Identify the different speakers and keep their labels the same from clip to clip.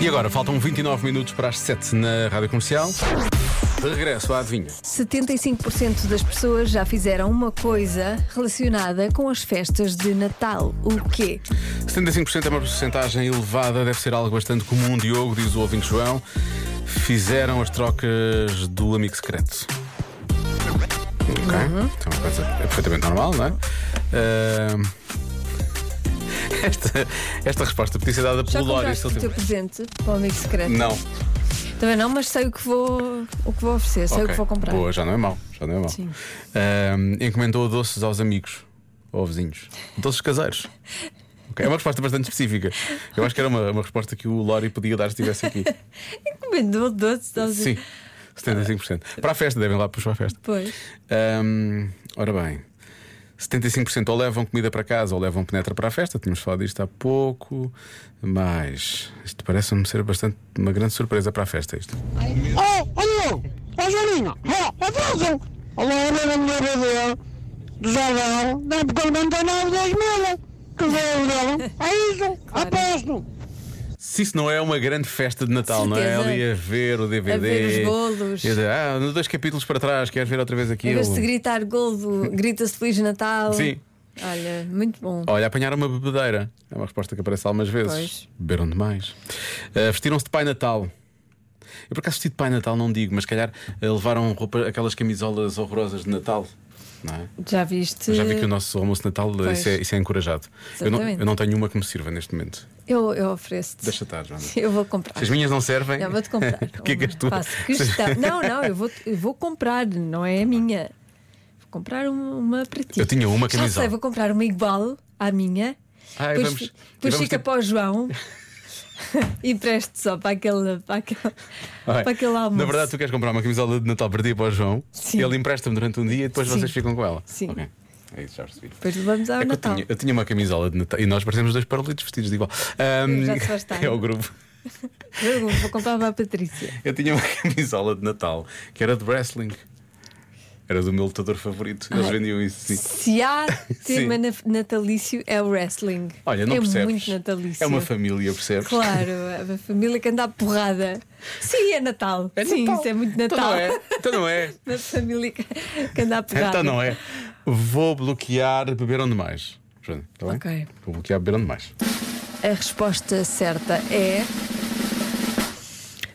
Speaker 1: E agora, faltam 29 minutos para as 7 na rádio comercial. De regresso à adivinha.
Speaker 2: 75% das pessoas já fizeram uma coisa relacionada com as festas de Natal. O quê?
Speaker 1: 75% é uma porcentagem elevada, deve ser algo bastante comum, Diogo, diz o ouvinte João. Fizeram as trocas do amigo secreto.
Speaker 2: Uhum.
Speaker 1: Ok? Então, é uma coisa é perfeitamente normal, não é? Ah, Esta, esta resposta podia ser dada
Speaker 2: Já
Speaker 1: pelo Loris.
Speaker 2: compraste o teu presente para o amigo secreto?
Speaker 1: Não.
Speaker 2: Também não, mas sei o que vou, o que vou oferecer, sei o
Speaker 1: Ok.
Speaker 2: que vou comprar.
Speaker 1: Boa, já não é mau. Já não é mau.
Speaker 2: Sim.
Speaker 1: Ahm, encomendou doces aos amigos ou vizinhos. Doces caseiros. Ok, É uma resposta bastante específica. Eu acho que era uma, uma resposta que o Lori podia dar se estivesse aqui.
Speaker 2: Encomendou Um doce, estás a dizer?
Speaker 1: Sim, 75%. Para a festa, devem lá puxar a festa.
Speaker 2: Pois.
Speaker 1: Ahm, ora bem, 75% ou levam comida para casa ou levam penetra para a festa. Tínhamos falado disto há pouco. Mas isto parece-me ser bastante uma grande surpresa para a festa. Isto.
Speaker 3: Ó, olha eu! Ó, Joaninha! Ó, atraso! Olha a hora da minha bebê do Jordão, dá por 49, 10 mil! Que veio dela! É isso! Aposto!
Speaker 1: Se isso não é uma grande festa de Natal, não é?
Speaker 2: Certeza.
Speaker 1: Ali a ver o DVD.
Speaker 2: A ver os bolos.
Speaker 1: E a dizer, ah, no dois capítulos para trás, queres ver outra vez
Speaker 2: Em
Speaker 1: aquilo?
Speaker 2: vez de gritar Goldo, grita-se Feliz Natal.
Speaker 1: Sim.
Speaker 2: Olha, muito bom.
Speaker 1: Olha, apanharam uma bebedeira. É uma resposta que aparece algumas vezes.
Speaker 2: Pois.
Speaker 1: Beberam demais. Ah, Vestiram-se de Pai Natal. Eu por acaso vestido de Pai Natal não digo, mas se calhar ah, levaram roupa- aquelas camisolas horrorosas de Natal. Não é?
Speaker 2: Já viste?
Speaker 1: Eu já vi que o nosso almoço de Natal ah,
Speaker 2: Pois.
Speaker 1: isso é, isso é encorajado. Eu não,
Speaker 2: Exatamente.
Speaker 1: eu não tenho uma que me sirva neste momento.
Speaker 2: Eu, eu ofereço-te.
Speaker 1: Deixa estar, Joana. Se
Speaker 2: Eu vou comprar.
Speaker 1: as minhas não servem.
Speaker 2: Não, vou-te comprar.
Speaker 1: o que é que és tu?
Speaker 2: Faço questão. Não, não, eu vou, eu vou comprar, não é a minha. Vou comprar uma, uma para ti.
Speaker 1: Eu tinha uma
Speaker 2: Já
Speaker 1: camisola.
Speaker 2: sei, vou comprar uma igual à minha.
Speaker 1: Ah, e
Speaker 2: depois
Speaker 1: vamos-
Speaker 2: depois
Speaker 1: e vamos
Speaker 2: fica
Speaker 1: ter-
Speaker 2: para o João e preste só para aquele, para aquele,
Speaker 1: Vai.
Speaker 2: para aquele almoço.
Speaker 1: Na verdade, tu queres comprar uma camisola de Natal para ti e para o João,
Speaker 2: Sim.
Speaker 1: ele empresta-me durante um dia e depois
Speaker 2: Sim.
Speaker 1: vocês ficam com ela.
Speaker 2: Sim.
Speaker 1: Ok. É isso, já percebi.
Speaker 2: Depois levamos ao
Speaker 1: É que eu,
Speaker 2: Natal.
Speaker 1: tinha, eu tinha uma camisola de Natal e nós parecemos dois paralitos vestidos de igual. Ahm,
Speaker 2: Já se faz tarde.
Speaker 1: é o grupo.
Speaker 2: Eu vou comprar para a Patrícia.
Speaker 1: Eu tinha uma camisola de Natal que era de wrestling. Era do meu lutador favorito. Eles
Speaker 2: Ai.
Speaker 1: vendiam isso, sim.
Speaker 2: Se há tema
Speaker 1: Sim.
Speaker 2: na- natalício, é o wrestling.
Speaker 1: Olha, não
Speaker 2: é
Speaker 1: percebes.
Speaker 2: muito natalício.
Speaker 1: É uma família, percebes?
Speaker 2: Claro, é a família que anda à porrada. Sim, é Natal.
Speaker 1: É
Speaker 2: Sim,
Speaker 1: Natal.
Speaker 2: isso é muito
Speaker 1: Então não
Speaker 2: Natal.
Speaker 1: é. Então não é.
Speaker 2: Uma família que que anda à porrada.
Speaker 1: Então não é. Vou bloquear beberam demais. Joana, está bem?
Speaker 2: Ok.
Speaker 1: Vou bloquear beberam demais.
Speaker 2: A resposta certa é.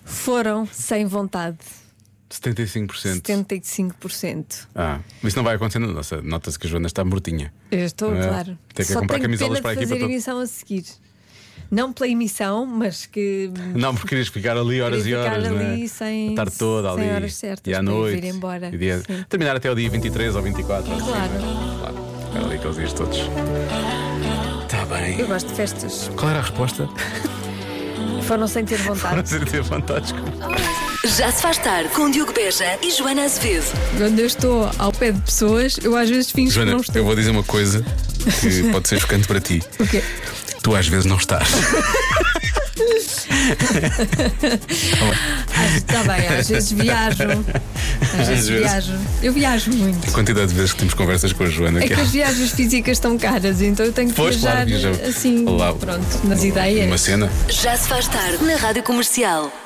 Speaker 2: Foram sem vontade.
Speaker 1: 75%.
Speaker 2: 75%.
Speaker 1: Ah, isso não vai acontecer na nossa. Nota-se que a Joana está mortinha.
Speaker 2: Eu estou,
Speaker 1: Não é?
Speaker 2: claro.
Speaker 1: Tem que
Speaker 2: Só
Speaker 1: comprar
Speaker 2: tenho
Speaker 1: camisolas
Speaker 2: pena
Speaker 1: para a
Speaker 2: de
Speaker 1: equipa
Speaker 2: fazer
Speaker 1: toda.
Speaker 2: emissão a seguir. Não pela emissão, mas que.
Speaker 1: Não, porque querias ficar ali horas
Speaker 2: Queria
Speaker 1: e
Speaker 2: ficar
Speaker 1: horas,
Speaker 2: ali
Speaker 1: né?
Speaker 2: sem-
Speaker 1: a tarde toda
Speaker 2: sem
Speaker 1: ali.
Speaker 2: horas certas
Speaker 1: e à
Speaker 2: para ir
Speaker 1: noite.
Speaker 2: vir embora.
Speaker 1: e dia-
Speaker 2: Sim.
Speaker 1: Terminar até o dia 23 ou 24. ou assim,
Speaker 2: Claro.
Speaker 1: né? Claro. Ficar ali aqueles dias todos. Está bem.
Speaker 2: Eu gosto de festas.
Speaker 1: Qual era a resposta?
Speaker 2: Foram sem ter vontade.
Speaker 1: Para ser ter fantástico.
Speaker 4: Já se faz tarde com Diogo Beja e Joana Azevedo.
Speaker 2: Quando eu estou ao pé de pessoas, eu às vezes finjo que
Speaker 1: Joana,
Speaker 2: não estou.
Speaker 1: eu vou dizer uma coisa que pode ser chocante para ti.
Speaker 2: O quê?
Speaker 1: Tu às vezes não estás.
Speaker 2: Está Tá bem, às vezes viajo. Às vezes
Speaker 1: Às vezes.
Speaker 2: viajo. Eu viajo muito.
Speaker 1: A quantidade de vezes que temos conversas com a Joana.
Speaker 2: É
Speaker 1: que
Speaker 2: que as viagens físicas estão caras, então eu tenho que
Speaker 1: Pois,
Speaker 2: viajar
Speaker 1: claro, viaja-
Speaker 2: assim,
Speaker 1: Olá.
Speaker 2: pronto, nas ideias.
Speaker 1: uma cena.
Speaker 4: Já se faz tarde na Rádio Comercial.